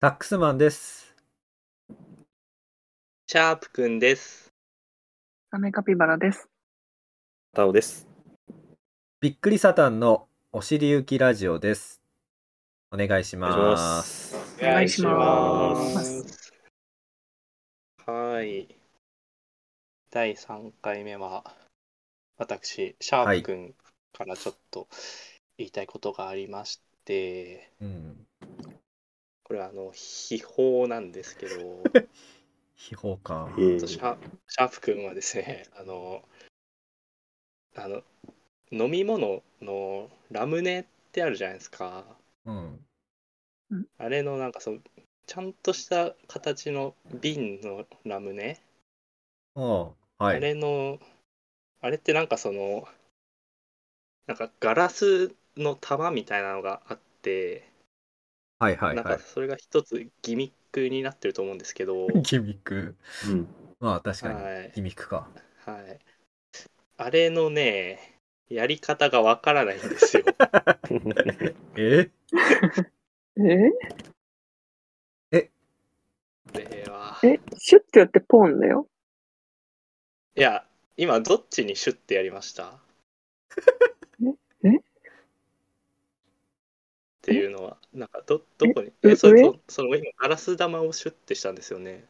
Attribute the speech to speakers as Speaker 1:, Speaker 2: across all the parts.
Speaker 1: タックスマンです。
Speaker 2: シャープくんです。。
Speaker 3: サメカピバラです。
Speaker 4: タオです。
Speaker 1: びっくりサタンのお尻行きラジオです。お願いし
Speaker 4: お
Speaker 1: ます。
Speaker 4: 願いします。
Speaker 3: お願いします
Speaker 2: はい。第3回目は、私、シャープくんからちょっと言いたいことがありまして、
Speaker 1: うん。
Speaker 2: これはあの、秘宝なんですけ ど、
Speaker 1: 秘宝か。
Speaker 4: えー
Speaker 2: シャシャープくんはですね、あの、あの、飲み物のラムネってあるじゃないですか。
Speaker 1: うん。
Speaker 2: あれのなんかそう、ちゃんとした形の瓶のラムネ、
Speaker 1: おうは
Speaker 2: あ
Speaker 1: い。
Speaker 2: れの、あれってなんかその、なんかガラスの玉みたいなのがあって、
Speaker 1: はいはい
Speaker 2: なん
Speaker 1: は
Speaker 2: か
Speaker 1: い。
Speaker 2: それが一つギミックになってると思うんですけど、
Speaker 1: ギミック。
Speaker 4: うん。
Speaker 1: まあ確かに。
Speaker 2: はい、
Speaker 1: ギミックか。
Speaker 2: はい。あれのね、やり方がわからないんで すよ。
Speaker 1: え
Speaker 3: えー
Speaker 2: これは。
Speaker 3: え、シュッてやってポンだよ。
Speaker 2: いや、今どっちにシュッてやりました
Speaker 3: え
Speaker 2: っていうのは、なんかど、どこに、
Speaker 3: え
Speaker 2: え、それ
Speaker 3: 上
Speaker 2: と、その今、ガラス玉をシュッてしたんですよね。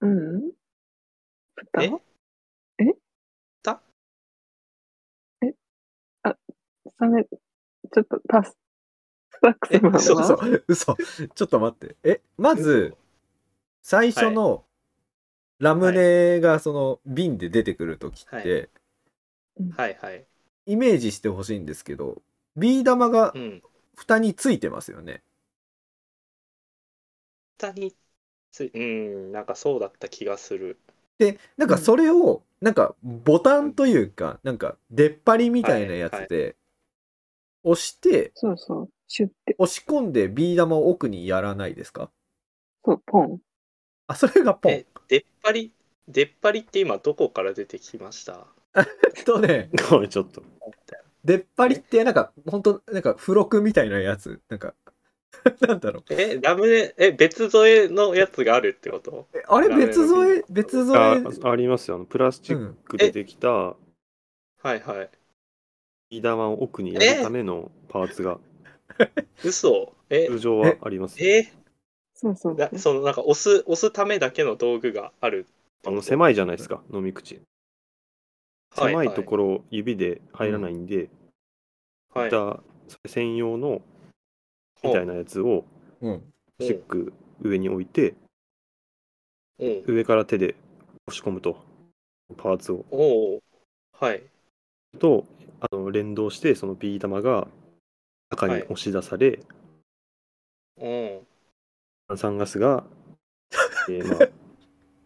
Speaker 3: うん。蓋
Speaker 2: え
Speaker 3: サメ、ちょっとパス。スタックスマン
Speaker 2: え
Speaker 3: は
Speaker 2: そう
Speaker 1: 嘘嘘。ちょっと待って。え、まず、最初のラムネがその瓶で出てくるときって、
Speaker 2: はいはいはい。
Speaker 1: イメージしてほしいんですけど、ビー玉が
Speaker 2: うん。
Speaker 1: 蓋についてますよね。
Speaker 2: 蓋につい、うん、なんかそうだった気がする。
Speaker 1: でなんか
Speaker 3: うん
Speaker 1: それをなんかボタンというかなんか出っ張りみたいなやつで押して
Speaker 3: そうそう。シュッて。
Speaker 1: 押し込んでビー玉を奥にやらないですか
Speaker 3: そう、ポン。
Speaker 1: あそれがポン
Speaker 2: え、出っ張り、出っ張りって今どこから出てきました
Speaker 1: とね
Speaker 4: こ れちょっと。
Speaker 1: 出っ張りってなんか本当なんか付録みたいなやつなんか なんだろ
Speaker 2: え、ラムネ、え、別添えのやつがあるってこと
Speaker 1: うえあれ
Speaker 2: ラムネ
Speaker 1: 別添え
Speaker 2: の瓶
Speaker 1: 別
Speaker 4: あ
Speaker 1: 添え
Speaker 4: ありますよ。あのプラスチックでできた
Speaker 2: はいはい。
Speaker 4: ビー玉を奥にやるためのパーツが
Speaker 2: 嘘え、
Speaker 4: 通常はありますよ。
Speaker 2: え
Speaker 3: そうそう。
Speaker 2: なそのなんか押す、押すためだけの道具がある
Speaker 4: あの狭いじゃないですか、飲み口。
Speaker 2: はい
Speaker 4: 狭いところを指で入らないんで、
Speaker 2: ろ
Speaker 4: いたそれ専用のみたいなやつを
Speaker 1: うん
Speaker 4: プラスチック上に置いて、
Speaker 2: うん。
Speaker 4: 上から手で押し込むと、パーツを。
Speaker 2: おお。はい。
Speaker 4: とあの連動してそのビー玉が中に押し出され、
Speaker 2: うん。
Speaker 4: 炭酸ガスが、え ーまあ、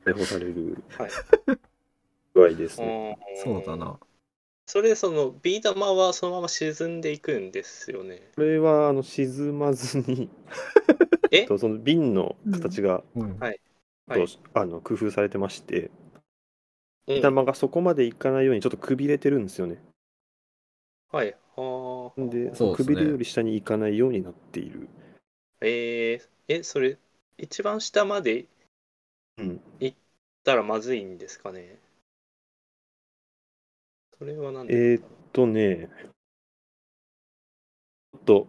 Speaker 4: 解放される
Speaker 2: はい
Speaker 4: 具合ですね。
Speaker 1: そうだ。な
Speaker 2: それ、その、ビー玉はそのまま沈んでいくんですよね。
Speaker 4: これはあの沈まずに
Speaker 2: え
Speaker 4: とその瓶の形が、
Speaker 1: うん
Speaker 2: はいは
Speaker 4: と
Speaker 2: い。
Speaker 4: あの工夫されてまして、ビ
Speaker 2: ビ
Speaker 4: ー玉がそこまでいかないようにちょっとくびれてるんですよね。
Speaker 2: はい。はあ。
Speaker 4: で、
Speaker 1: そうっすね
Speaker 4: くびれより下にいかないようになっている。
Speaker 2: えー、え、それ、一番下まで行っ
Speaker 4: うん、
Speaker 2: たらまずいんですかね。それは何
Speaker 4: え
Speaker 2: で
Speaker 4: ーっとね、ちょっと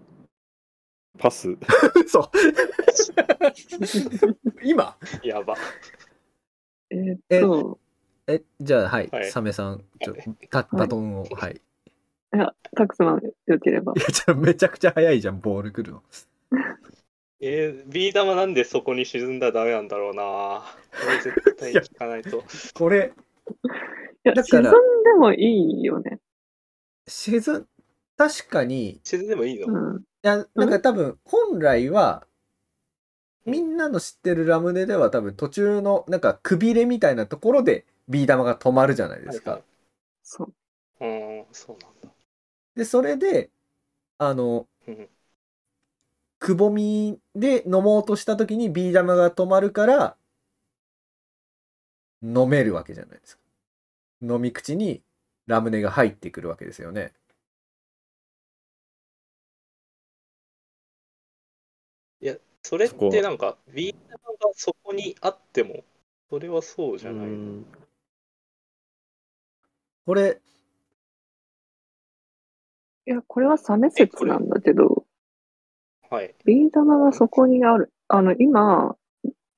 Speaker 4: パス。
Speaker 1: 嘘今
Speaker 2: やば。
Speaker 3: えーっと、
Speaker 1: えじゃあはい、
Speaker 2: はい
Speaker 1: サメさんちょ
Speaker 2: は
Speaker 1: たバトンをはい
Speaker 3: いや、タックスマンよければ
Speaker 1: い。やちょ めちゃくちゃ早いじゃんボール来るの
Speaker 2: えー、ビー玉なんでそこに沈んだらダメなんだろうなこれ絶対聞 かないと。
Speaker 1: これ
Speaker 3: いや、
Speaker 1: だか
Speaker 3: 沈ん
Speaker 1: ら
Speaker 3: でもいいよね。
Speaker 1: 沈ん確かにい
Speaker 2: 沈んでもいいの、
Speaker 3: うん。
Speaker 1: やなん
Speaker 3: う
Speaker 1: か多分本来はみんなの知ってるラムネでは多分途中のなんかくびれみたいなところでビー玉が止まるじゃないですか。
Speaker 2: はい
Speaker 3: そう。
Speaker 2: はいうん、そうなんだ。
Speaker 1: でそれであの
Speaker 2: うん
Speaker 1: くぼみで飲もうとした時にビー玉が止まるから飲めるわけじゃないですか。飲み口にラムネが入ってくるわけですよね。
Speaker 2: それっ
Speaker 4: そこ
Speaker 2: て
Speaker 4: は
Speaker 2: なんか、ビー玉がそこにあっても、それはそうじゃない。
Speaker 4: うん
Speaker 1: これ、
Speaker 3: いや、これはサメ説なんだけど、
Speaker 2: はい。
Speaker 3: ビー玉がそこにある。あの、今、
Speaker 2: はい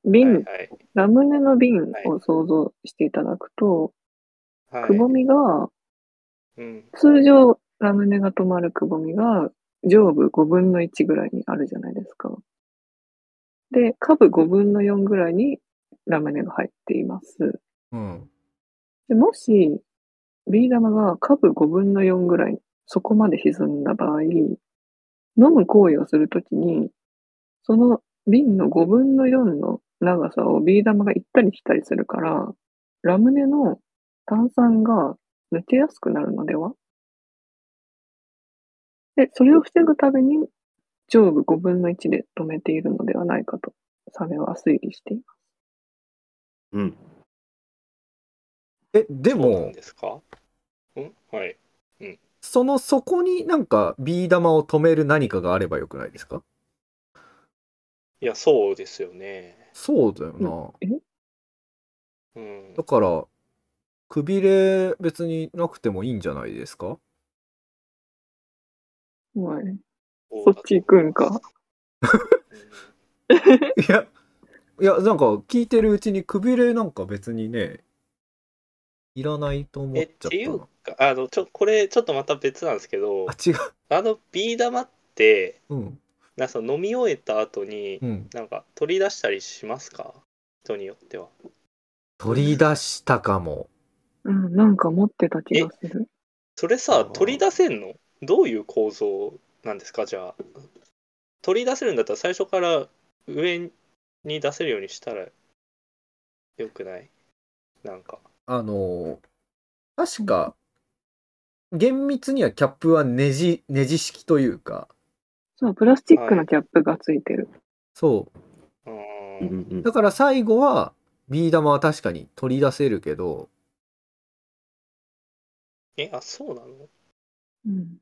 Speaker 3: 瓶、
Speaker 2: はい。
Speaker 3: ラムネの瓶
Speaker 2: はい
Speaker 3: を想像していただくと、
Speaker 2: はい。
Speaker 3: くぼみが、
Speaker 2: うん。
Speaker 3: 通常ラムネが止まるくぼみが上部5分の1ぐらいにあるじゃないですか。で、下部5分の4ぐらいにラムネが入っています。
Speaker 1: うん。
Speaker 3: でもし、ビー玉が下部5分の4ぐらい、そこまで沈んだ場合、飲む行為をするときに、その瓶の5分の4の長さをビー玉が行ったり来たりするから、ラムネの炭酸が抜けやすくなるのではで、それを防ぐために、上部5分の1で止めているのではないかと、サメは推理していま
Speaker 4: うん。
Speaker 1: え、で
Speaker 2: そうな
Speaker 1: も
Speaker 2: ん、ですかうんはい。
Speaker 1: その底になんかビー玉を止める何かがあればよくないですか
Speaker 2: いや、そうですよね。
Speaker 1: そうだよな。
Speaker 2: うん
Speaker 1: だ。から、くびれ別になくてもいいんじゃないですか
Speaker 3: す。はい。
Speaker 2: そ
Speaker 3: そっち行くんか。
Speaker 1: いや、いや、なんか聞いてるうちにくびれなんか別にね、いらないと思っ
Speaker 2: えっ
Speaker 1: ちゃって
Speaker 2: い
Speaker 1: た
Speaker 2: う
Speaker 1: な。
Speaker 2: かあのちょこれちょっとまた別なんですけど
Speaker 1: あ、違う。
Speaker 2: あのビー玉って
Speaker 1: うん。
Speaker 2: なんかその飲み終えた後に
Speaker 1: うん。
Speaker 2: なんか取り出したりしますか人によっては
Speaker 1: 取り出したかも。
Speaker 3: うん、なんか持ってた気がする。
Speaker 2: それ
Speaker 4: あ
Speaker 2: さ
Speaker 4: ー
Speaker 2: 取り出せんのどういう構造なんですかじゃあ取り出せるんだったら最初から上に出せるようにしたらよくないなんか
Speaker 1: あのー、確か、厳密にはキャップはネジ、ネジ式というか、
Speaker 3: そう、プラスチックのキャップがついてる。
Speaker 1: そう
Speaker 4: うんん
Speaker 1: う。だから最後は、ビー玉は確かに取り出せるけど、
Speaker 2: えあそうなの
Speaker 3: うん。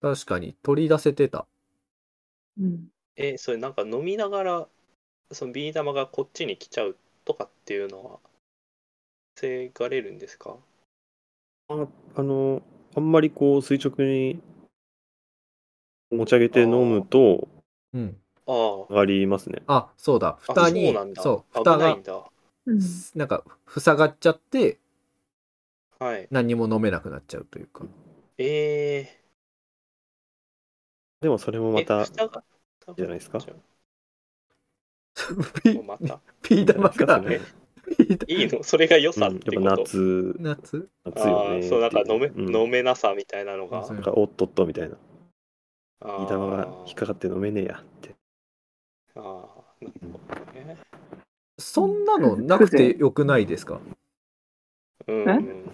Speaker 1: 確かに取り出せてた。
Speaker 3: うん。
Speaker 2: えそれなんか飲みながらそのビー玉がこっちに来ちゃうとかっていうのは防がれるんですか
Speaker 4: ああの、あんまりこう垂直に持ち上げて飲むと
Speaker 1: うん。
Speaker 2: あ
Speaker 4: 上がりますね。
Speaker 1: あ、そうだ。
Speaker 2: あ
Speaker 1: 蓋
Speaker 2: そ
Speaker 1: に
Speaker 2: うなん、だ
Speaker 1: そう、
Speaker 2: 危
Speaker 1: 蓋
Speaker 2: ない
Speaker 1: が
Speaker 2: ん、だ
Speaker 3: うん。
Speaker 1: なんか、塞がっちゃって、
Speaker 2: はい
Speaker 1: 何にも飲めなくなっちゃうというか。
Speaker 2: えー、
Speaker 4: でもそれもまた
Speaker 2: え、蓋が蓋が
Speaker 4: じゃないですか
Speaker 2: も
Speaker 1: ピ
Speaker 2: うまた
Speaker 1: ピー玉が、
Speaker 4: ね、
Speaker 1: ピー玉
Speaker 2: いいのそれが良
Speaker 4: うん、
Speaker 2: さ
Speaker 4: や
Speaker 2: っ
Speaker 4: って
Speaker 2: こと、
Speaker 4: ぱ夏、
Speaker 1: 夏
Speaker 4: 夏
Speaker 2: あ
Speaker 4: よ
Speaker 2: あ
Speaker 4: ね。
Speaker 2: ーそうなんか飲め,、
Speaker 4: うん
Speaker 2: 飲めなさみたいなのが
Speaker 1: そう
Speaker 4: なんか、おっとっとみたいな。
Speaker 2: あ
Speaker 4: ビ
Speaker 2: ー
Speaker 4: ー玉が引っかかって飲めねえやって。
Speaker 2: あーなるほどね
Speaker 1: そんなのなくてよくないです か
Speaker 2: うん
Speaker 3: え
Speaker 2: うん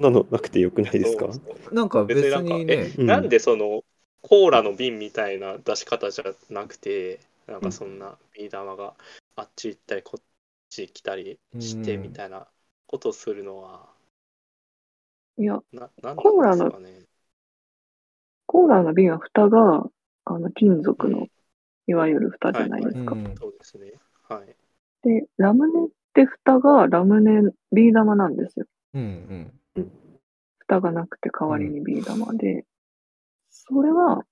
Speaker 4: そんなのなくてよくないですか
Speaker 2: そうそう
Speaker 1: なんか別にね、
Speaker 4: うん
Speaker 2: なんでそのコーラの瓶みたいな出し方じゃなくてなんかそんなビー玉があっち行ったりこっち来たりして
Speaker 1: うん
Speaker 2: みたいなことをするのは、
Speaker 3: いや、
Speaker 2: ななん
Speaker 3: コー
Speaker 2: な
Speaker 3: ラ
Speaker 2: んです
Speaker 3: の
Speaker 2: かね
Speaker 3: コーラの瓶は蓋が、あの、金属の、いわゆる蓋じゃないですか。
Speaker 1: うん
Speaker 2: そうですねはい
Speaker 3: で、ラムネって蓋がラムネ、ビー玉なんですよ。
Speaker 1: うんうん。
Speaker 3: 蓋がなくて代わりにビー玉で。それは、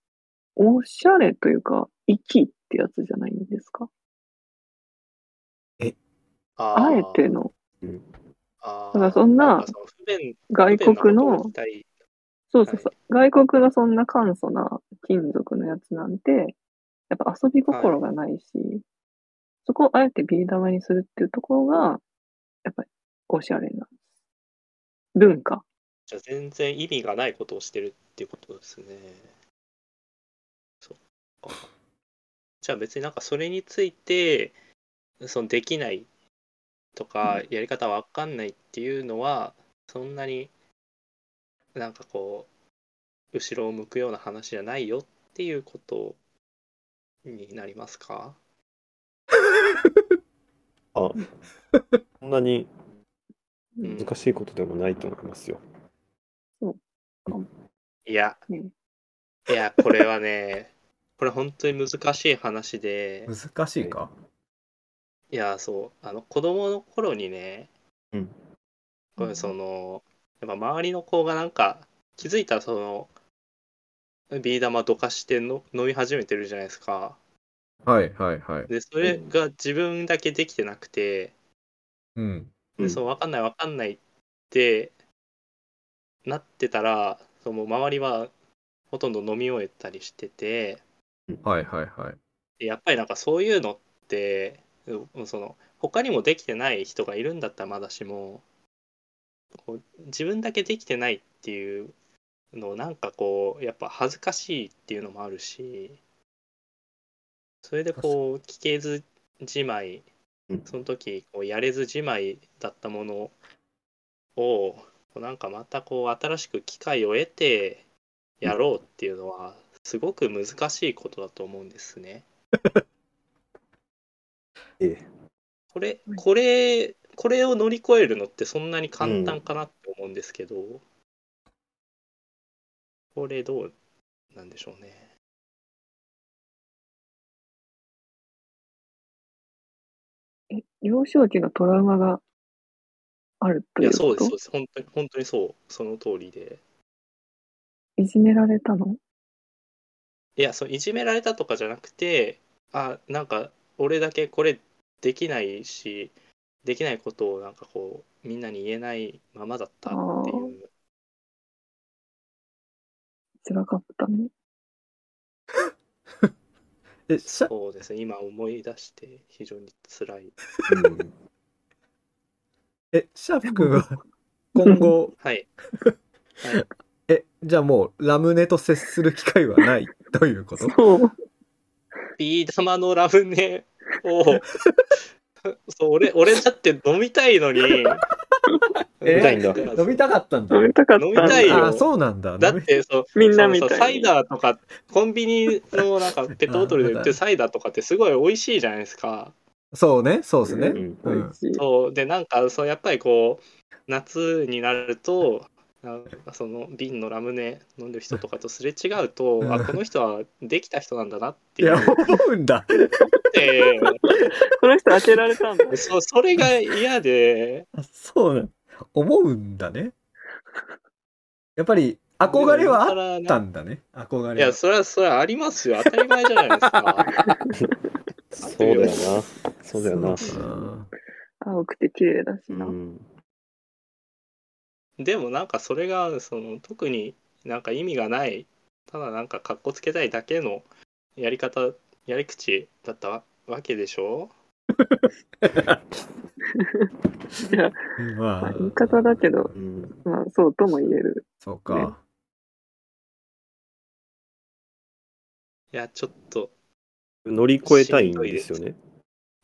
Speaker 3: おしゃれというか、粋ってやつじゃないんですか
Speaker 2: あ
Speaker 3: あえ
Speaker 2: ー
Speaker 3: ての
Speaker 2: あ
Speaker 3: だからそんな
Speaker 2: かその不便
Speaker 3: 外国
Speaker 2: 不便なことを
Speaker 3: の
Speaker 2: し、たり
Speaker 3: そうそうそう、外国のそんな簡素な金属のやつなんて、やっぱ遊び心がないし、そこをあえてビー玉にするっていうところが、やっぱりおしゃれな文化。
Speaker 2: じゃあ全然意味がないことをしてるっていうことですね。そうか。じゃあ別になんかそれについてそのできないとかやり方わかんないっていうのはそんなになんかこう後ろを向くような話じゃないよっていうことになりますか
Speaker 4: あ、そんなに
Speaker 2: うん
Speaker 4: 難しいことでもないと思いますよ。
Speaker 2: いや
Speaker 3: ね
Speaker 2: いやこれはねこれ本当に難しい話で、
Speaker 1: 難しいか、
Speaker 2: いや、そう、あの、子供の頃にね、
Speaker 4: うん
Speaker 2: これその、やっぱ周りの子がなんか、気づいたらその、ビー玉どかしての飲み始めてるじゃないですか。
Speaker 1: はい、はいはいはい
Speaker 2: で、それが自分だけできてなくて、
Speaker 1: うん
Speaker 4: う
Speaker 2: で
Speaker 4: ん
Speaker 2: そう、わかんないわかんないってなってたら、その周りはほとんど飲み終えたりしてて、
Speaker 1: はいはいはい
Speaker 2: でやっぱりなんかそういうのってうんその他にもできてない人がいるんだったらまだしもこう自分だけできてないっていうのをなんかこうやっぱ恥ずかしいっていうのもあるしそれでこう聞けずじまい
Speaker 4: うん
Speaker 2: その時こうやれずじまいだったものをこうなんかまたこう新しく機会を得てやろうっていうのはすごく難しいことだと思うんですね。
Speaker 4: ええ。
Speaker 2: これ
Speaker 3: はい
Speaker 2: これこれを乗り越えるのってそんなに簡単かなって思うんですけど、これどうなんでしょうね。
Speaker 3: え、幼少期のトラウマがあると
Speaker 2: い
Speaker 3: いう
Speaker 2: や
Speaker 3: こと
Speaker 2: そうですそうです本当に本当にそうその通りで。
Speaker 3: いじめられたの
Speaker 2: いやそういじめられたとかじゃなくてあなんか俺だけこれできないしできないことをなんかこうみんなに言えないままだったっていう。
Speaker 3: 辛かったね。
Speaker 1: えしゃ
Speaker 2: そうですね今思い出して非常に辛い
Speaker 4: うん
Speaker 1: えシャープ君は 今後
Speaker 2: はい
Speaker 1: えじゃあもうラムネと接する機会はないという こと
Speaker 3: そう。
Speaker 2: ビー玉のラムネを そう俺俺だって飲みたいのに
Speaker 1: え
Speaker 4: みたいんだ
Speaker 1: 飲みたかったんだ
Speaker 3: 飲みたかった
Speaker 2: 飲
Speaker 3: ん
Speaker 2: み
Speaker 3: だ。
Speaker 2: たいよ
Speaker 1: あそうなんだ
Speaker 2: だ
Speaker 1: 飲
Speaker 2: っ
Speaker 1: み
Speaker 2: てそう
Speaker 3: みんなみ
Speaker 2: そ
Speaker 3: た
Speaker 2: う
Speaker 3: いに。
Speaker 2: そうサイダーとかコンビニのな んかペットボトルで売ってるサイダーとかってすごい美味しいじゃないですか
Speaker 1: そうねそうです
Speaker 4: う
Speaker 1: ね
Speaker 4: ん
Speaker 1: うん
Speaker 3: 美味しい
Speaker 2: そうでなんかそうやっぱりこう夏になるとなんかその瓶のラムネ飲んでる人とかとすれ違うと
Speaker 1: うん
Speaker 2: あこの人はできた人なんだなっ
Speaker 1: い
Speaker 2: ていう
Speaker 1: や
Speaker 2: 思っ
Speaker 1: 思うんだ
Speaker 2: て
Speaker 3: この人当てられたんだ。
Speaker 2: そうそれが嫌で
Speaker 1: あそうなん思うんだねやっぱり憧れはあっ
Speaker 2: あった
Speaker 1: んだね憧
Speaker 2: い
Speaker 1: れは
Speaker 2: や、それは、それはありますよ。当たり前じゃないですか。
Speaker 4: そうだよな。そうだよな。
Speaker 1: うん
Speaker 3: 青くて綺麗だし
Speaker 4: う
Speaker 3: な。
Speaker 4: ん。
Speaker 2: でも、なんか、それが、その、特になんか意味がない、ただなんか、かっこつけたいだけのやり方、やり口だったわわけでしょ
Speaker 3: いや、ま
Speaker 1: ま
Speaker 3: あ
Speaker 1: あ
Speaker 3: 言い方だけど、
Speaker 4: うん。
Speaker 3: まあそうとも言える。
Speaker 1: そう
Speaker 3: ね
Speaker 1: か
Speaker 2: いや、ちょっと、
Speaker 4: 乗り越えたいんですよね。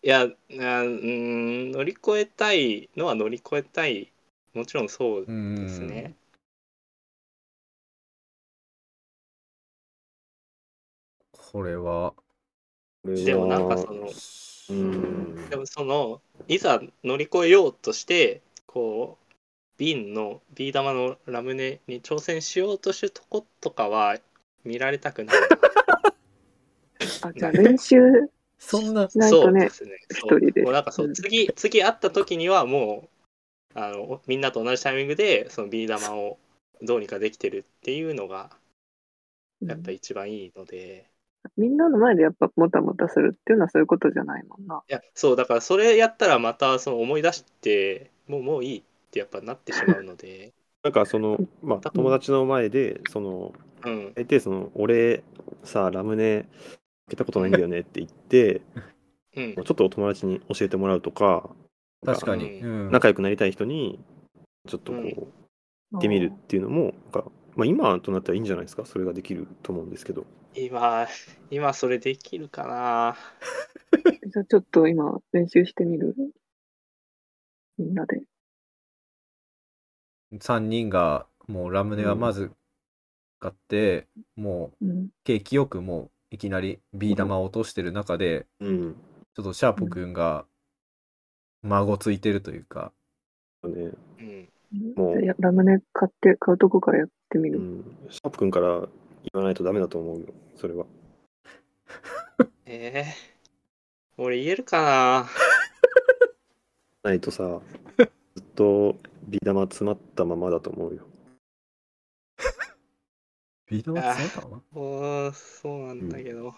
Speaker 2: いや、あうーん、乗り越えたいのは乗り越えたい。もちろんそう
Speaker 1: うん
Speaker 2: ですね。
Speaker 1: これは
Speaker 2: でも、なんか、そ
Speaker 4: の。
Speaker 2: の、
Speaker 4: うん。
Speaker 2: でもそのいざ乗り越えようとしてこう瓶のビー玉のラムネに挑戦しようとしてるとことかは見られた くない
Speaker 3: あ、じゃあ練習
Speaker 1: そんな
Speaker 3: しない
Speaker 2: そ
Speaker 3: と
Speaker 2: うで
Speaker 3: ね。
Speaker 2: すね
Speaker 3: 一人で
Speaker 2: そうもうなんかそう
Speaker 3: うん
Speaker 2: 次次会った時にはもうあのみんなと同じタイミングでそのビー玉をどうにかできてるっていうのがやっぱ一番いいので、
Speaker 3: みんなの前でやっぱもたもたするっていうのはそういうことじゃないもんな。
Speaker 2: いやそうだからそれやったらまたその思い出してもうもういいってやっぱなってしまうので
Speaker 4: なんかその、まあ、友達の前で、その、
Speaker 2: うん
Speaker 4: 大体その、俺、さ、ラムネ、開けたことないんだよねって言って、
Speaker 2: うん
Speaker 4: ちょっとお友達に教えてもらうとか、
Speaker 1: 確かに
Speaker 2: う
Speaker 1: うん
Speaker 4: 仲良くなりたい人に、ちょっとこう、
Speaker 2: うん
Speaker 4: 行ってみるっていうのも、なんか、まあ、今となったらいいんじゃないですか。それができると思うんですけど。
Speaker 2: 今、今それできるかな
Speaker 3: じゃあちょっと今練習してみるみんなで。
Speaker 1: 3人がもうラムネはまず買って、もう
Speaker 3: うん。
Speaker 1: 景気よくもういきなりビー玉を落としてる中で、
Speaker 4: うん。
Speaker 1: ちょっとシャープくんが孫ついてるというか、
Speaker 4: ね、
Speaker 2: うん。
Speaker 4: もう
Speaker 3: じゃあラムネ買って、買うとこからやってみ
Speaker 4: う
Speaker 3: る。
Speaker 4: ん。シャープ君から言わないとダメだと思うよ。それは。
Speaker 2: えー、俺言えるかな
Speaker 4: ないと さ、ずっとビー玉詰まったままだと思うよ。
Speaker 1: ビー玉詰まったまま
Speaker 2: うーんそうなんだけど、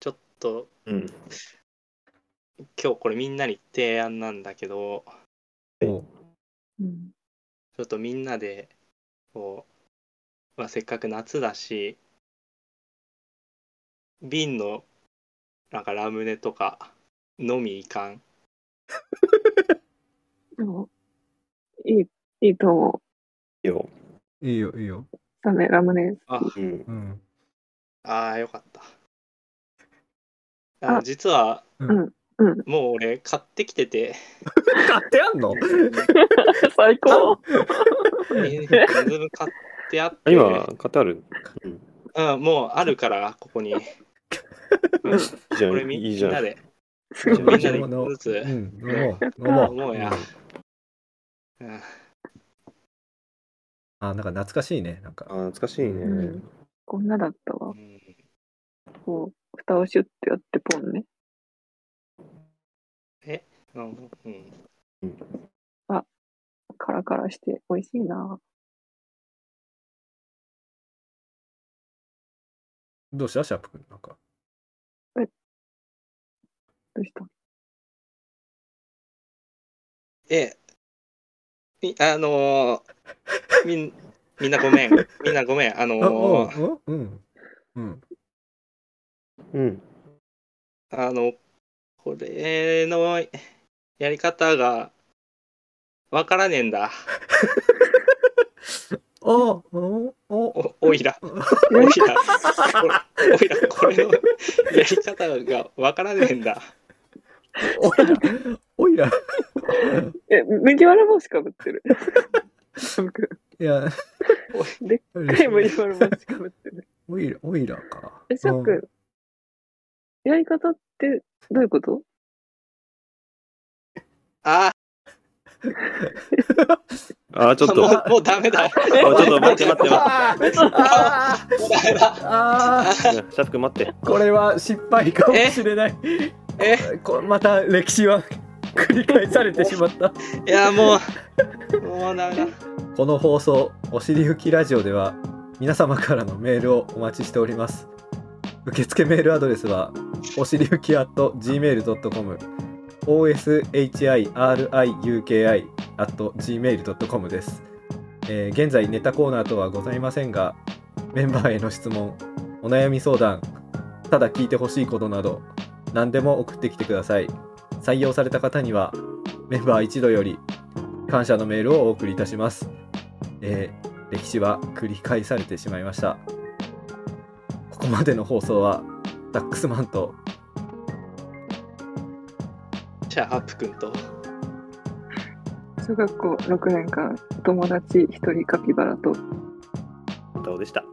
Speaker 2: ちょっと
Speaker 4: うん。
Speaker 2: 今日これみんなに提案なんだけど
Speaker 1: おう
Speaker 3: うん。
Speaker 2: ちょっとみんなでこう、まあ、せっかく夏だし瓶のなんかラムネとかのみいかん
Speaker 3: でも、いい、いいと思
Speaker 4: いいよ。
Speaker 1: いいよ、いいよ。
Speaker 3: う。ダメ、ラムネ。
Speaker 2: あ
Speaker 4: うん。
Speaker 1: うん。
Speaker 2: ああよかったあ
Speaker 3: あ
Speaker 2: 実は
Speaker 3: うん。
Speaker 2: もう俺買ってきてて
Speaker 1: 買ってやんの
Speaker 3: 最高
Speaker 2: 水分買ってあって
Speaker 4: 今、カタール、
Speaker 2: うん、もうあるからここに
Speaker 4: いいじゃ
Speaker 2: こ
Speaker 4: ん。
Speaker 2: れみ
Speaker 4: いい
Speaker 2: み
Speaker 4: じ
Speaker 2: ん
Speaker 4: ゃん。
Speaker 2: なで
Speaker 3: す
Speaker 2: みん
Speaker 3: ご。
Speaker 2: ないで一個ずつ
Speaker 1: う、ん、飲もう、飲もう。
Speaker 2: もうや
Speaker 1: ん
Speaker 2: うん
Speaker 1: あ、なんか懐かしいね。なんか
Speaker 4: あ。ー懐かしいね。
Speaker 3: うんこんなだったわ
Speaker 2: う。ん
Speaker 3: こう、蓋をシュッてやってポンね。
Speaker 2: うんうん
Speaker 3: カラカラして美味しいな。
Speaker 1: どうしたシャープくん。なんか。
Speaker 3: どうした
Speaker 2: ええいあのーみんみんなごめん みんなごめんあの
Speaker 1: あ、おう
Speaker 2: ー
Speaker 1: おううん。うん。
Speaker 4: うん。
Speaker 2: あのこれのやり方がわからねえんだ
Speaker 1: あ、お、お、
Speaker 2: おお いらおいらおいらこれのやり方がわからねえんだ
Speaker 1: お いら、おいら。
Speaker 3: え、麦わら帽子かぶってる。僕
Speaker 1: いや、
Speaker 3: でっかい麦わら帽子かぶってる。
Speaker 1: おいら、おいらか。
Speaker 3: え、シャック、やり方ってどういうこと
Speaker 2: あ
Speaker 4: あー、ちょっ
Speaker 2: も
Speaker 4: と。
Speaker 2: うもうダメだ
Speaker 4: あ ちょっと 待って待って待
Speaker 1: あーあー
Speaker 2: もうダメだ
Speaker 1: あ
Speaker 4: って。シャープくん待って。
Speaker 1: ー これは失敗かもしれない
Speaker 2: え
Speaker 1: こまた歴史は繰り返されてしまった
Speaker 2: いやもうもうダメだ
Speaker 1: この放送おしりふきラジオでは皆様からのメールをお待ちしております受付メールアドレスはおしりふき at gmail.com oshiriuki at gmail.com です、えー現在ネタコーナーとはございませんがメンバーへの質問お悩み相談ただ聞いてほしいことなど何でも送ってきてください採用された方にはメンバー一度より感謝のメールをお送りいたします、えー歴史は繰り返されてしまいましたここまでの放送はダックスマンと
Speaker 2: じゃあハップくんと
Speaker 3: 小学校6年間、友達一人カピバラと
Speaker 4: どうでした